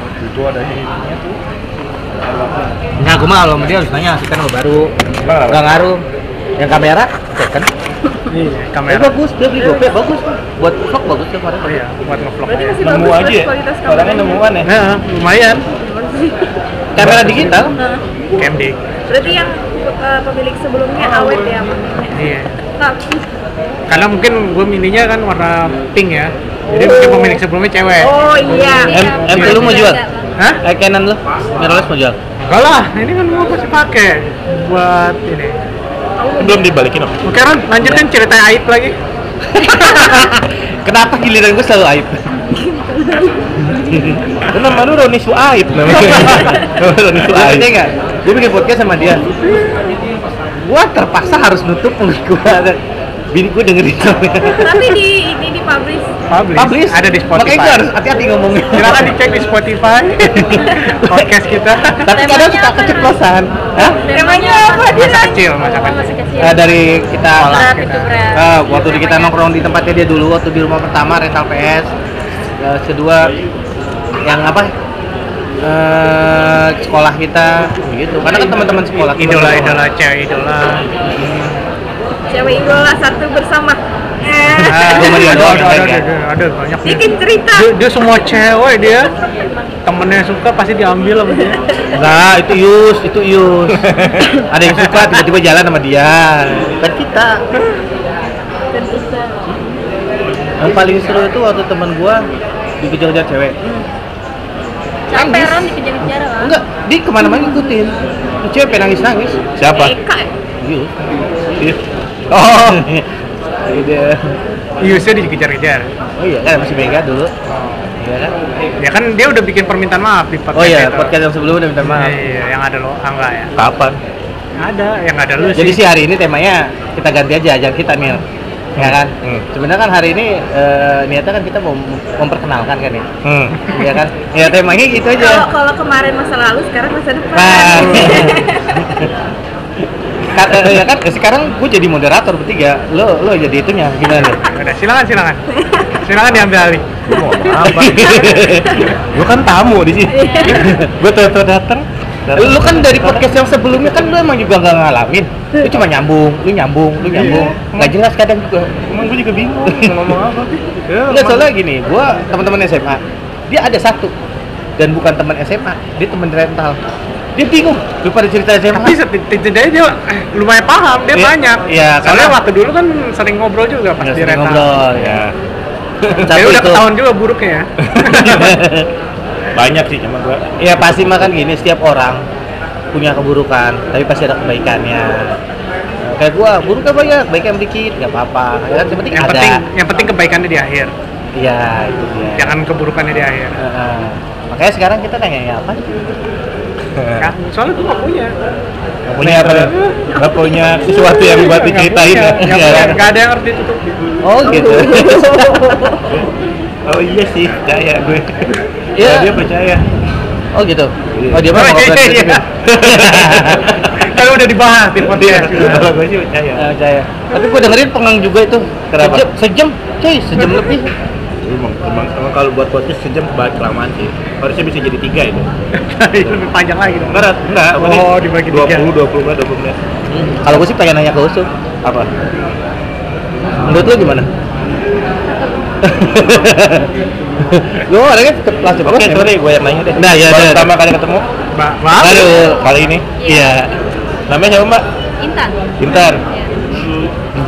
Itu ada ininya tuh. Nah, gue mah kalau sama dia harus nanya, sih kan lo baru. Gak ngaruh. Yang kamera, second. Nih, Eh, kamera. bagus, dia beli GoPro bagus. Buat vlog bagus ya kemarin. Oh iya, buat ngevlog. Berarti masih Nemu bagus aja ya ya. kualitas Orangnya kameranya. nemuan ya. Nah, lumayan. Gimana sih? Kamera digital. Nah, KMD. Berarti yang eh, pemilik sebelumnya Ah, awet ya Nah. maksudnya. Iya. Tapi Eh. Karena mungkin gue milihnya kan warna pink ya. Jadi mungkin pemilik sebelumnya cewek. Oh iya. Em, em lu mau jual? Eh, Hah? Canon lu, mirrorless mau jual? Enggak lah, ini kan gue pasti pakai buat ini. Belum dibalikin om. Oke Ron, lanjutin cerita Aib lagi. Kenapa giliran gue selalu aib? Itu nama lu Roni Suaib namanya. Lu Roni Suaib. Iya, percaya nggak? Gue bikin podcast sama dia. Gue terpaksa harus nutup mulut gue. Bini gue dengerin namanya. Tapi di ini di publish. Publish. Publish. Ada di Spotify. Makanya gue harus hati-hati ngomongnya. Silakan dicek di Spotify podcast kita. Tapi kadang Temanya suka apa, keceplosan. Hah? Temanya apa dia? Masa kecil, masa Oh, kecil. Masih kecil. Eh, dari kita Berat itu berat. Eh, waktu di kita Namanya. nongkrong di tempatnya dia dulu waktu di rumah pertama rental PS Eh, kedua yang apa eh sekolah kita gitu karena kan teman-teman sekolah kita Idola, semua. idola cewek, idola. Cewek idola satu bersama. Eh. Ah, Gua mau aduh, dia aduh, doang aduh, yang baik aduh, ya. aduh, aduh, banyak. dia. Bikin cerita. Dia, dia semua cewek dia. Temennya suka pasti diambil sama dia. enggak itu Yus itu Yus ada yang suka tiba-tiba jalan sama dia kan kita Dan bisa. yang paling seru itu waktu teman gua dikejar-kejar cewek Capek orang dikejar-kejar lah. enggak dia kemana-mana ngikutin Ini cewek pengen nangis-nangis Siapa? Eka. ya? Yus Iya. Oh. Iya. Yusnya dikejar-kejar. oh iya kan masih Mega dulu iya kan Ya kan dia udah bikin permintaan maaf di podcast Oh iya, itu. podcast yang sebelumnya udah minta maaf. Iya, yang ada lo angga ya. Kapan? Ada, yang ada lu Jadi sih. sih hari ini temanya kita ganti aja ajar kita Mil. Ya kan? Hmm. Sebenarnya kan hari ini eh, niatnya kan kita mau memperkenalkan kan ya. Hmm. Iya kan? Ya temanya gitu Kalau aja. kalau kemarin masa lalu, sekarang masa depan. Nah. Ka- eh, ya kan sekarang gue jadi moderator bertiga. Lo lo jadi itunya gimana? Udah, silakan silakan. Silakan diambil alih. Gua mau apa? Gua kan tamu di sini. Gua tahu-tahu datang. Lu kan dari podcast yang sebelumnya kan lu emang juga nggak ngalamin. Iya. Lu cuma nyambung, lu nyambung, lu nyambung. Nggak jelas kadang juga. Emang gua juga bingung mau ngomong apa. Iya, Ya, Enggak soalnya gini, gua teman-teman SMA, dia ada satu dan bukan teman SMA, dia teman rental. Dia bingung, lu pada cerita SMA. Tapi seti- setidaknya dia eh, lumayan paham, dia Iya, banyak. iya, Soalnya karena- waktu dulu kan sering ngobrol juga pas Nggak di sering rental. ngobrol ya. Ya, Jadi Satu udah itu. ketahuan juga buruknya ya. banyak sih cuma gua. ya pasti makan gini setiap orang punya keburukan, tapi pasti ada kebaikannya. Kayak gua, buruknya banyak, baiknya dikit, nggak apa-apa. Ya kan, yang penting yang ada. penting Ya yang penting kebaikannya di akhir, Iya, itu dia. jangan keburukannya di akhir. Heeh. makanya sekarang kita nanya apa? Ya, soalnya gue gak punya. Gak punya apa? Gak punya sesuatu yang Nggak buat diceritain punya, ya? nggak Iya. punya, nggak ada yang harus ditutup. Oh gitu. Oh iya sih, percaya gue. Iya. Oh, dia percaya. oh gitu. Oh dia mah Oh, mau iya, ngobrol iya. Kalau udah dibahas di podcast. Kalau gue sih percaya. Ya, percaya. Tapi gua dengerin pengang juga itu. Kenapa? Sejam, sejam, cuy, sejam lebih. Emang, emang, emang kalau buat podcast sejam kebalik kelamaan sih. Harusnya bisa jadi tiga itu. Lebih panjang lagi dong. Enggak, enggak. Oh, dibagi dua tiga. puluh, dua puluh menit, dua puluh menit. Kalau gue sih pengen nanya ke Usu. Apa? Menurut lu gimana? lu orangnya kelas ya. Oke, sorry, gue yang nanya deh. Nah, iya, Baru iya. Pertama kali ketemu Ba- Maaf. Aduh, kali ini. iya. Namanya siapa Mbak? Intan. Ya, Intan.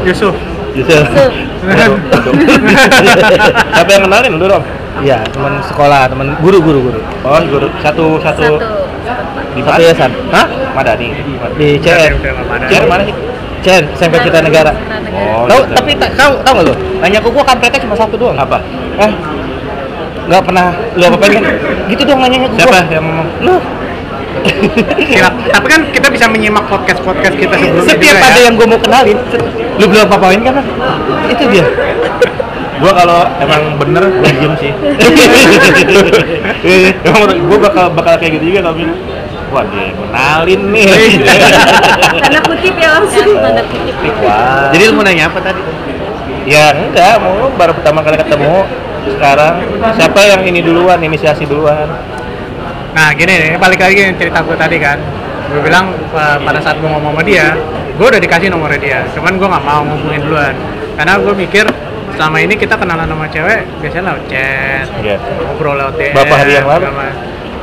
Yusuf. Yusuf. Aduh, aduh. Siapa yang kenalin lu dong? Iya, teman sekolah, teman guru-guru guru. Oh, guru satu Satu. satu di Satu mana? yayasan. Hah? Madani. Di CN. Udah, udah, udah, Cian udah. mana sih? CN, SMP Cita Negara. Oh, Tahu, gitu. tapi tak kau tahu nggak lu? Nanya ke gua kampretnya cuma satu doang. Apa? Eh, nggak pernah lu apa-apain kan? Gitu doang nanyanya ke Siapa gua. yang ngomong? Lu Sila- Tapi kan kita bisa menyimak podcast-podcast kita Iya. sebelumnya Iya, setiap juga ada ya. yang gue mau kenalin set- lu belum apa apain kan Bang? itu dia Gua kalau emang bener gue diem sih. emang gue bakal bakal kayak gitu juga kalau bilang. Wah, dia kenalin nih. Tanda kutip ya langsung. Tanda kutip. Wah. jadi lu mau nanya apa tadi Ya enggak, mau baru pertama kali ketemu sekarang siapa yang ini duluan inisiasi duluan Nah gini nih, balik lagi yang cerita gue tadi kan Gue bilang eh, pada saat gue ngomong sama dia Gue udah dikasih nomornya dia Cuman gue gak mau ngomongin duluan Karena gue mikir selama ini kita kenalan sama cewek Biasanya lewat chat Iya. Ngobrol lewat DM Berapa hari yang lalu? sama-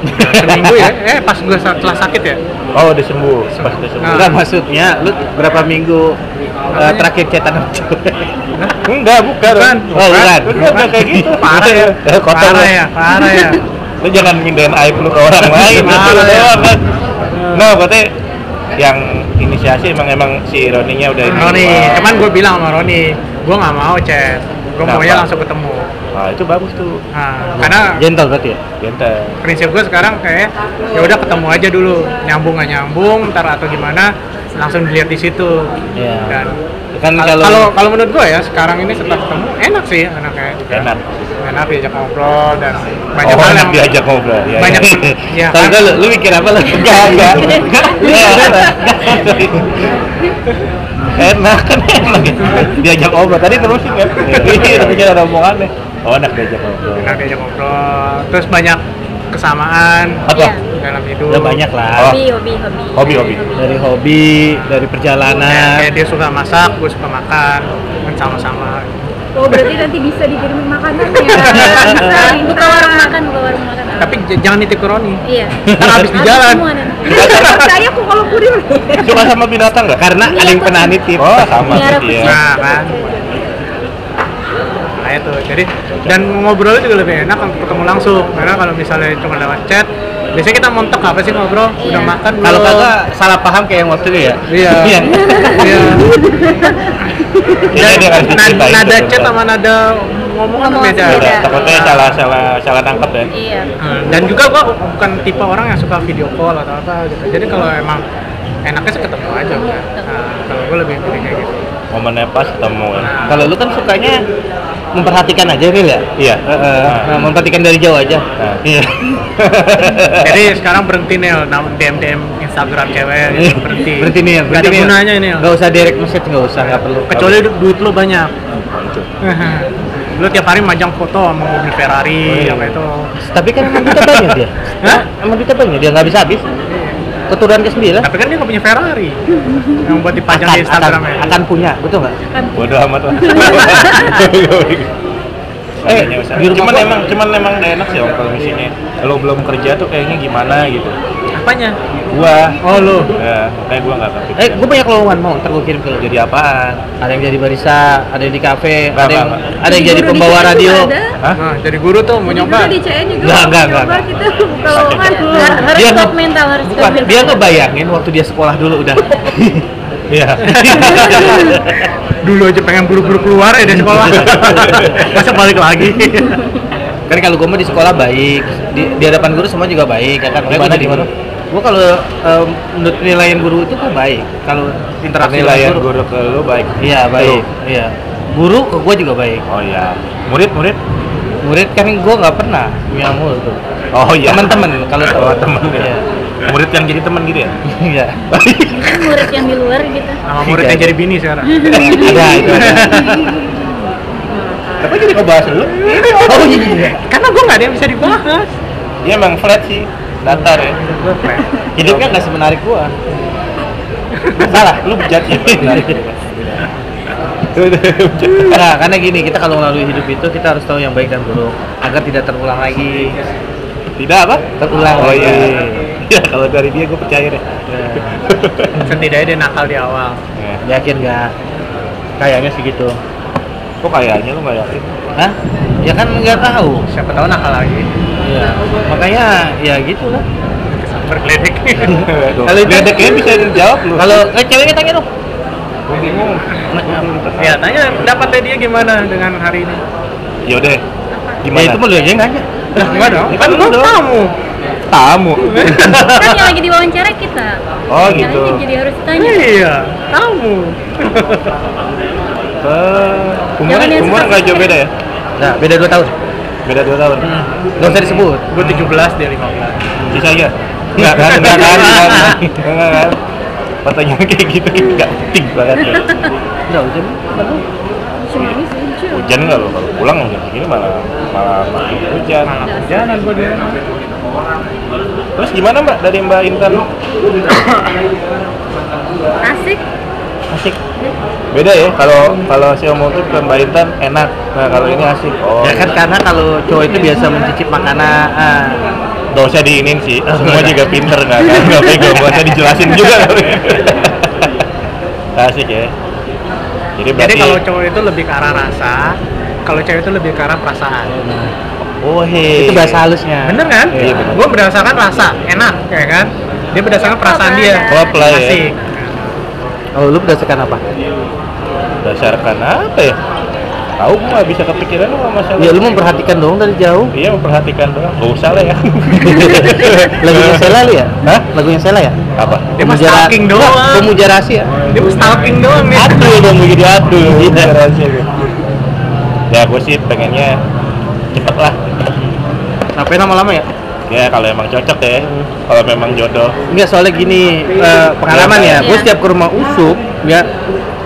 Udah Seminggu ya, eh pas gue setelah sakit ya Oh, udah sembuh. Pas udah sembuh. Enggak maksudnya lu berapa minggu eh, terakhir cetan sama cewek? Enggak, bukan. Bukan. Oh, bukan. Bukan. Udah kayak gitu. Parah ya, Eh, Kotor. parah ya, parah ya Lu jangan mindahin aib lu ke orang lain. Parah Itu lu ya. doang kan. Nah, berarti yang inisiasi emang emang si Roninya udah Roni, duluan. cuman gue bilang sama Roni Gue gak mau chat Gue Kenapa? maunya ya langsung ketemu Nah, itu bagus tuh. Nah, karena Gentle berarti ya? Genteng. prinsip gue sekarang kayak ya udah ketemu aja dulu nyambung nggak nyambung ntar atau gimana langsung dilihat di situ Iya. Ya. dan Kan kal- kalau- kalau kalau menurut gue ya sekarang ini setelah ketemu enak sih anaknya Enak. enak diajak ngobrol dan banyak Banyak oh, hal enak yang diajak ngobrol. Ya, banyak ya. ya Tahu kan? nggak lu, lu mikir apa lu? Enggak, enggak. Enggak. enak kan enak ya. diajak ngobrol tadi terusin kan iya tapi ada omongannya oh enak diajak ngobrol enak diajak ngobrol terus banyak kesamaan Iya. apa dalam hidup Udah banyak lah. Oh. hobi hobi hobi Hobi, hobi. Ah. Dari hobi, dari Kayak- perjalanan. kayak dia suka masak gue suka makan kan sama-sama oh berarti nanti bisa dikirimin makanan ya bisa buka warung makan buka warung makan tapi j- jangan nitip ke Roni iya ntar habis di jalan Semua nanti. Nggak percaya kok kalau gue dia suka sama binatang nggak Karena ada yang pernah nitip. oh sama Miara iya. sih kucing. ya Nah, kan. Nah, itu. Jadi dan ngobrol juga lebih enak kalau ketemu langsung. Karena kalau misalnya cuma lewat chat, biasanya kita montok apa sih ngobrol? Udah Iya. makan belum? Kalau kagak salah paham kayak yang waktu itu ya. Iya. Yang Iya. Iya, dia Dan kan cerita nada, itu nada chat tentang- sama nada ngomongan Ngomong beda. Beda. beda. takutnya salah salah salah nangkep ya iya Hmm, Dan juga gua bukan tipe orang yang suka video call atau apa gitu. Jadi kalau emang enaknya sih ketemu aja udah. Nah, kalau gua lebih pilih kayak gitu. momennya pas ketemu ya Nah, Kalau lu kan sukanya memperhatikan aja Ril ya? iya Eh, eh, nah, memperhatikan dari jauh aja. Nah. Iya. Jadi sekarang berhenti Nil, nam- DM DM Instagram cewek gitu, berhenti. Iya. Berhenti nih, Nggak berhenti ada nih. gunanya Nil. Gak usah direct message, gak usah, gak perlu. Kecuali du- duit lo banyak. Hancur. lo tiap hari majang foto sama mobil Ferrari Oh, iya. apa itu. Tapi kan emang duitnya banyak dia. Hah? Emang duitnya banyak dia nggak bisa habis. Keturunan ke sembilan. Tapi kan dia nggak punya Ferrari. yang buat dipajang akan, di akan, Instagram akan punya, betul nggak? kan bodoh amat lah Eh, di rumah cuman gua- emang cuman emang nggak enak sih om kalau misalnya lo belum kerja tuh kayaknya gimana gitu Apanya? gua Oh lo. ya makanya gua nggak kepikiran Eh, gue banyak lowongan mau, ntar gue kirim ke lu. jadi apaan Ada yang jadi barista, ada yang di kafe, Nggak, ada yang nggak, nggak. ada yang jadi Guru di pembawa CN radio. juga ada. Hah? Nah, jadi guru tuh mau Dulu nyoba. di CN juga Nggak, nggak, nyoba nggak. kita buka lowongan Sakit. Har- harus Dia nge- kuat mental harus kuat Bukan, mental. dia ngebayangin waktu dia sekolah dulu udah. iya Dulu aja pengen buru-buru keluar ya dari sekolah. Masa balik lagi. kan kalau gue mah di sekolah baik, di, di hadapan guru semua juga baik, ya kan? Di mana, di mana? Gue kalau em, menurut penilaian guru itu gue baik. Kalau interaksi penilaian dengan guru ke lu baik Iya baik, iya. Guru ke gue juga baik. oh iya murid murid Murid kan gue nggak pernah punya murid tuh. oh iya Teman-teman, kalau oh, teman Iya. ya murid yang jadi teman gitu ya Iya. Ini murid yang di luar gitu Sama murid yang jadi bini sekarang. Ada itu. Ada. tapi jadi kebahas lu Oh iya. Karena gue nggak ada yang bisa dibahas. dia emang flat sih datar ya Iya, Gua flat. Hidupnya kan nggak semenarik gua. salah lu bejat ya Nah, karena gini, kita kalau melalui hidup itu kita harus tahu yang baik dan buruk agar tidak terulang lagi. tidak apa Terulang oh lagi. iya Iya, kalau dari dia gue percaya deh Setidaknya dia nakal di awal. Ya. Ya. Nah, Yakin nggak? Kayaknya sih gitu. kok kayaknya lu nggak yakin Hah? Ya kan nggak tahu. Siapa tahu nakal lagi. Iya. Makanya ya gitulah. Berkelidik. kalau itu- dia kayaknya ya, bisa jawab lu Kalau eh, ceweknya tanya dong. Gua bingung ya tanya pendapatnya dia gimana dengan hari ini. yaudah Ya itu gimana mau lu aja yang nanya. Lah enggak dong. Ya kan lu dong. kamu. tamu kan yang lagi diwawancara kita Oh, Yang gitu. ini jadi harus tanya Iya, kamu. Eh, Jangan umurnya yang umur suka nggak jauh sendiri. beda ya Nah, beda 2 tahun. beda dua tahun Nggak usah disebut. Gue 17 dia 15. bisa aja nggak kan nggak kan nggak kan. nggak kan pertanyaan kayak gitu nggak penting banget ya Nggak usah. Bang. cuma ini lucu hujan nggak lo kalau pulang hujan begini malah malah makin hujan Malah perjalanan gue dia. Terus gimana mbak dari mbak Intan? Asik. Asik. Beda ya kalau kalau si omotif ke mbak Intan enak. Nah kalau ini asik. Oh. ya kan karena kalau cowok itu biasa mencicip makanan ah. Gak usah diinin sih, Oh, semua iya. juga pinter nggak kan? Gak pego, gak usah dijelasin juga kali. Asik ya. Jadi berarti Jadi kalau cowok itu lebih ke arah rasa, kalau cewek itu lebih ke arah perasaan. oh, hey. itu bahasa halusnya Bener kan? Iya, bener. Gue berdasarkan rasa, enak, ya kan? Dia berdasarkan perasaan dia. Klop lah ya. Asik. kalau Oh, lu berdasarkan apa Berdasarkan apa ya? Tahu gua nggak bisa kepikiran sama masalah. ya lu memperhatikan dong dari jauh Iya memperhatikan doang. Gak usah lah ya. lagunya Sela lu ya Hah? lagunya Sela ya Apa? Dia mah Pemujara- stalking doang. Oh, Enggak, pemuja rahasia Dia mau stalking doang nih. Aduh dong begitu aduh. Iya. Ya gue sih pengennya cepet lah. ngapain lama-lama ya Ya kalau emang cocok ya, kalau memang jodoh. Enggak soalnya gini eh, pengalaman ya, gue Iya. setiap ke rumah usuk ya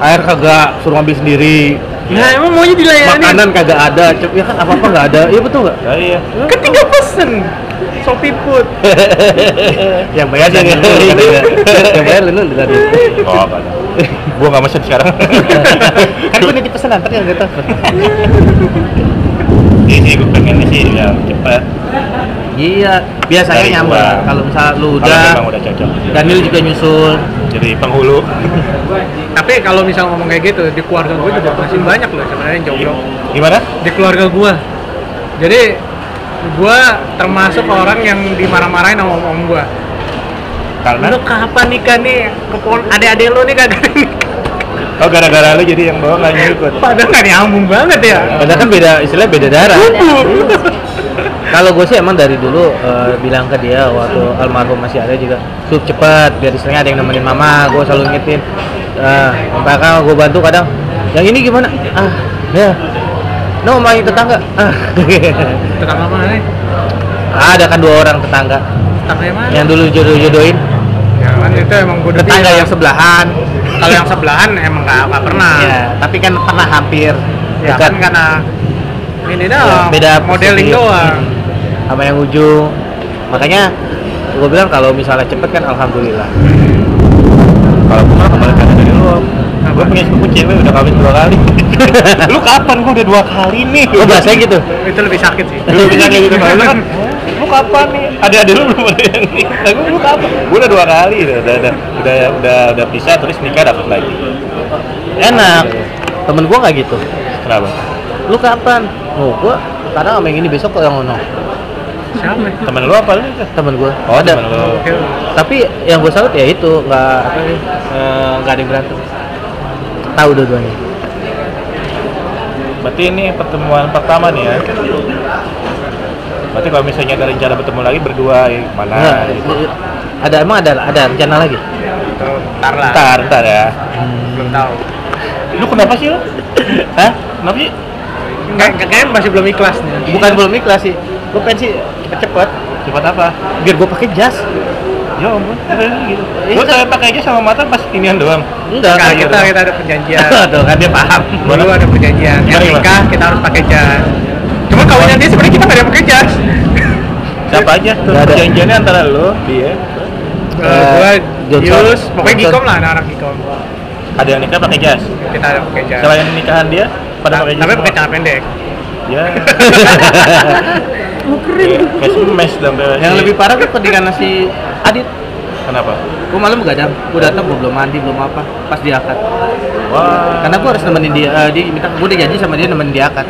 air kagak suruh ambil sendiri, Nah, emang maunya dilayani. makanan kagak ada, cep ya kan apa apa nggak ada, iya betul nggak? Ya, iya. Ketiga Kan pesen. Shopee food. Yang bayar Iya, dari lu, iya. kan, iya. yang bayar lu dari. lu. Oh, apa? Gue nggak mesen sekarang. Kan gue nanti pesan antar yang nggak tahu. Iya sih gue pengennya sih ya cepet. Iya, biasanya Dari nyambung. gua. Kalau misal lu Kalau udah, memang udah cocok. Daniel juga nyusul. Jadi penghulu. Tapi kalau misal ngomong kayak gitu, di keluarga gue juga masih banyak loh sebenarnya yang Iya. jomblo. Gimana? Di keluarga gue. Jadi gue termasuk orang yang dimarah-marahin sama om gue. Karena Lu kapan nikah nih? Kepon adik-adik lu nih kagak nikah. oh gara-gara lu jadi yang bawa nggak nyikut. Padahal nggak nyambung banget ya. Padahal kan beda, istilahnya beda darah. Aduh. Kalau gue sih emang dari dulu eh, bilang ke dia waktu almarhum masih ada juga sup cepat biar istilahnya ada yang nemenin mama gue selalu ngingetin Eh, kakak gue bantu kadang yang ini gimana ah ya no main tetangga ah Tetangga mana nih? ada kan dua orang tetangga Tetangga yang mana? yang dulu jodoh jodohin Ya kan itu emang gue tetangga yang sebelahan Kalau yang sebelahan emang nggak nggak pernah. ya tapi kan pernah hampir Ya Nah. kan dekat karena ini Ya, doang. beda modeling perspektif. doang. sama yang ujung makanya gue bilang kalau misalnya cepet kan alhamdulillah Kalau gue mah kebalikan dari lu. Gue punya sepupu cewek udah kawin dua kali. lu kapan gue udah dua kali nih? Iya. gue bahasanya gitu Itu lebih sakit sih. Lu bisa kayak gitu banget kan? Lu kapan nih? Ada ada lu belum ada yang nikah. Gue lu kapan? Gue udah dua kali udah udah udah udah udah, udah pisah terus nikah dapat lagi. enak Iya. temen gue nggak gitu Kenapa? lu kapan? Oh, gua kadang sama yang ini besok kok yang ono. Siapa? Temen lu apa lu? Temen gua. Oh, temen lu. Oke. Tapi yang gua salut ya itu nggak apa sih? eh, nggak ada yang berantem. Tahu dua-duanya. Berarti ini pertemuan pertama nih ya. Berarti kalau misalnya ada rencana bertemu lagi berdua ya, Nah, mana? Nggak, gitu. iya. ada emang ada ada rencana lagi? Itu ntar lah. Ntar, ntar ya. Belum tahu. Lu kenapa sih lu? Hah? Kenapa sih? Kayak kayaknya masih belum ikhlas nih. Bukan belum ikhlas sih. Gua pengen sih cepet Cepat apa? biar gua pakai jas. Ya ampun, gitu. Iya, Lu kan? tanya pakai aja sama mata pas inian doang. Enggak. Nah, nggak kita gitu. kita ada perjanjian. Aduh, kan dia paham. Dulu ada perjanjian. Yang Gimana, gimana? nikah kita harus pakai jas. Cuma kawinnya dia sebenarnya kita nggak ada yang pakai jas. Eh, Siapa aja? tuh Nggak ada. Perjanjiannya antara lu, Eh, dia. Eh, gua Johnson. Yus, pokoknya Johnson. Gikom lah anak-anak Gikom. Ada yang nikah pakai jas. Kita ada pakai jas. Selain nikahan dia, Nah, pada pakai jas. Tapi semua. pakai celana pendek. Ya. Oh, keren. Kayak smash dong. kayak Iya. Yang si- lebih parah kan pernikahan si Adit. Kenapa? Gua malam begadang. Gua datang gua belum mandi, belum apa. Pas dia akad. Wah. karena gue harus nemenin dia eh, dia minta gue udah janji sama dia nemenin dia akad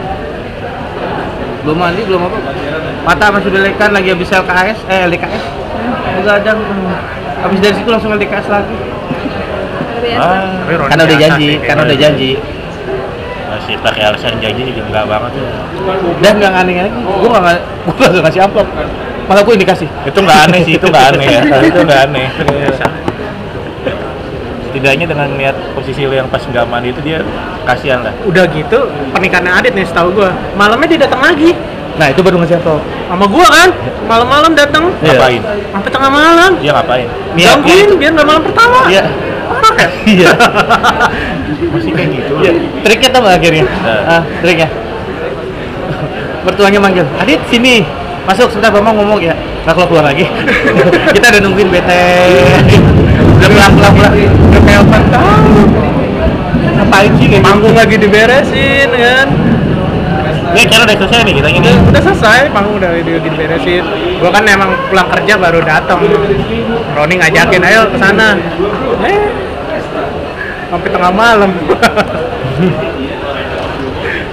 belum mandi belum apa mata masih delekan lagi habis LKS eh LKS begadang habis dari situ langsung LKS lagi Luar biasa. Wah. Tapi Roni karena Kan udah biasa janji sih. karena udah janji masih pakai alasan janji juga enggak banget ya. dan nggak aneh lagi gue nggak gue nggak ngasih amplop malah gue ini kasih itu nggak aneh sih itu nggak aneh ya itu nggak aneh Iya. setidaknya dengan niat posisi lo yang pas nggak mandi itu dia kasihan lah Udah gitu, pernikahan Adit nih setahu gua. Malamnya dia datang lagi nah itu baru ngasih amplop sama gua kan. Malam-malam datang Iya. ngapain sampai tengah malam. dia ngapain Niatnya Gangguin Iya, itu. biar nggak malam pertama. iya Apa ya? iya masih kayak gitu Iya. triknya Iya. tau nggak akhirnya Nah. ah triknya mertuanya manggil Adit sini masuk sebentar mama ngomong ya nggak keluar keluar lagi kita udah nungguin bete udah pelan pelan pelan udah kayak apa ngapain sih kayak gitu? panggung lagi diberesin kan Ini acara udah selesai nih kita ini. udah, udah selesai panggung udah di- diberesin gua kan emang pulang kerja baru datang Roni ngajakin ayo ke sana eh sampai tengah malam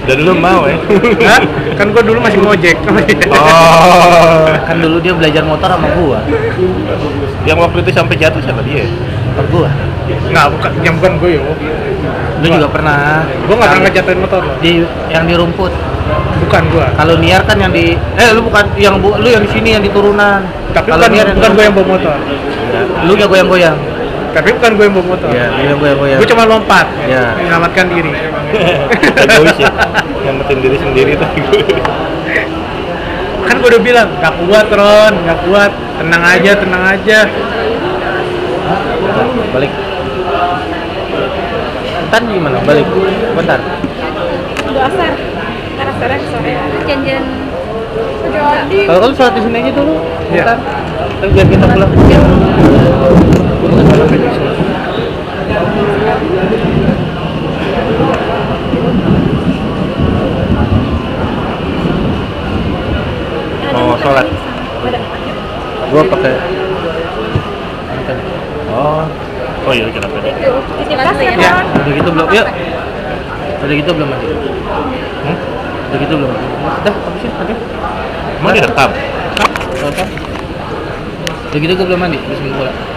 Udah dulu mau eh. ya. Hah? kan gua dulu masih ngojek Oh. kan dulu dia belajar motor sama gua Yang waktu itu sampai jatuh siapa dia? motor gua nggak bukan yang bukan gua yo lu juga pernah gua nggak pernah ngejatuhin motor loh di yang di rumput bukan gua kalau liar kan yang di eh lu bukan yang bu, lu yang di sini yang di turunan tapi kalau bukan, bukan di gua yang bawa motor rumput. lu yang goyang goyang tapi bukan gua yang bawa motor iya lu yang goyang goyang Gue cuma lompat, Ya. menyelamatkan diri. Egois ya. Nyamatin diri sendiri tuh. kan gue udah bilang, gak kuat Ron, gak kuat, tenang aja, tenang aja. balik bentar gimana balik bentar Udah asar. Ntar asarnya ke sore. Janjian. Jadi. kalau kamu sholat di sini aja dulu Iya. bentar Tapi biar kita pulang ya. bukan sholat di sini. Mau sholat. gua pakai Oh. Oh iya kenapa deh? Titip kasih ya. Ya. Ron. udah gitu belum yuk udah gitu belum mandi hmm? udah gitu belum mandi udah habisin mandi Emang direkam? Gak apa? udah gitu gua belum mandi habis minggu pulang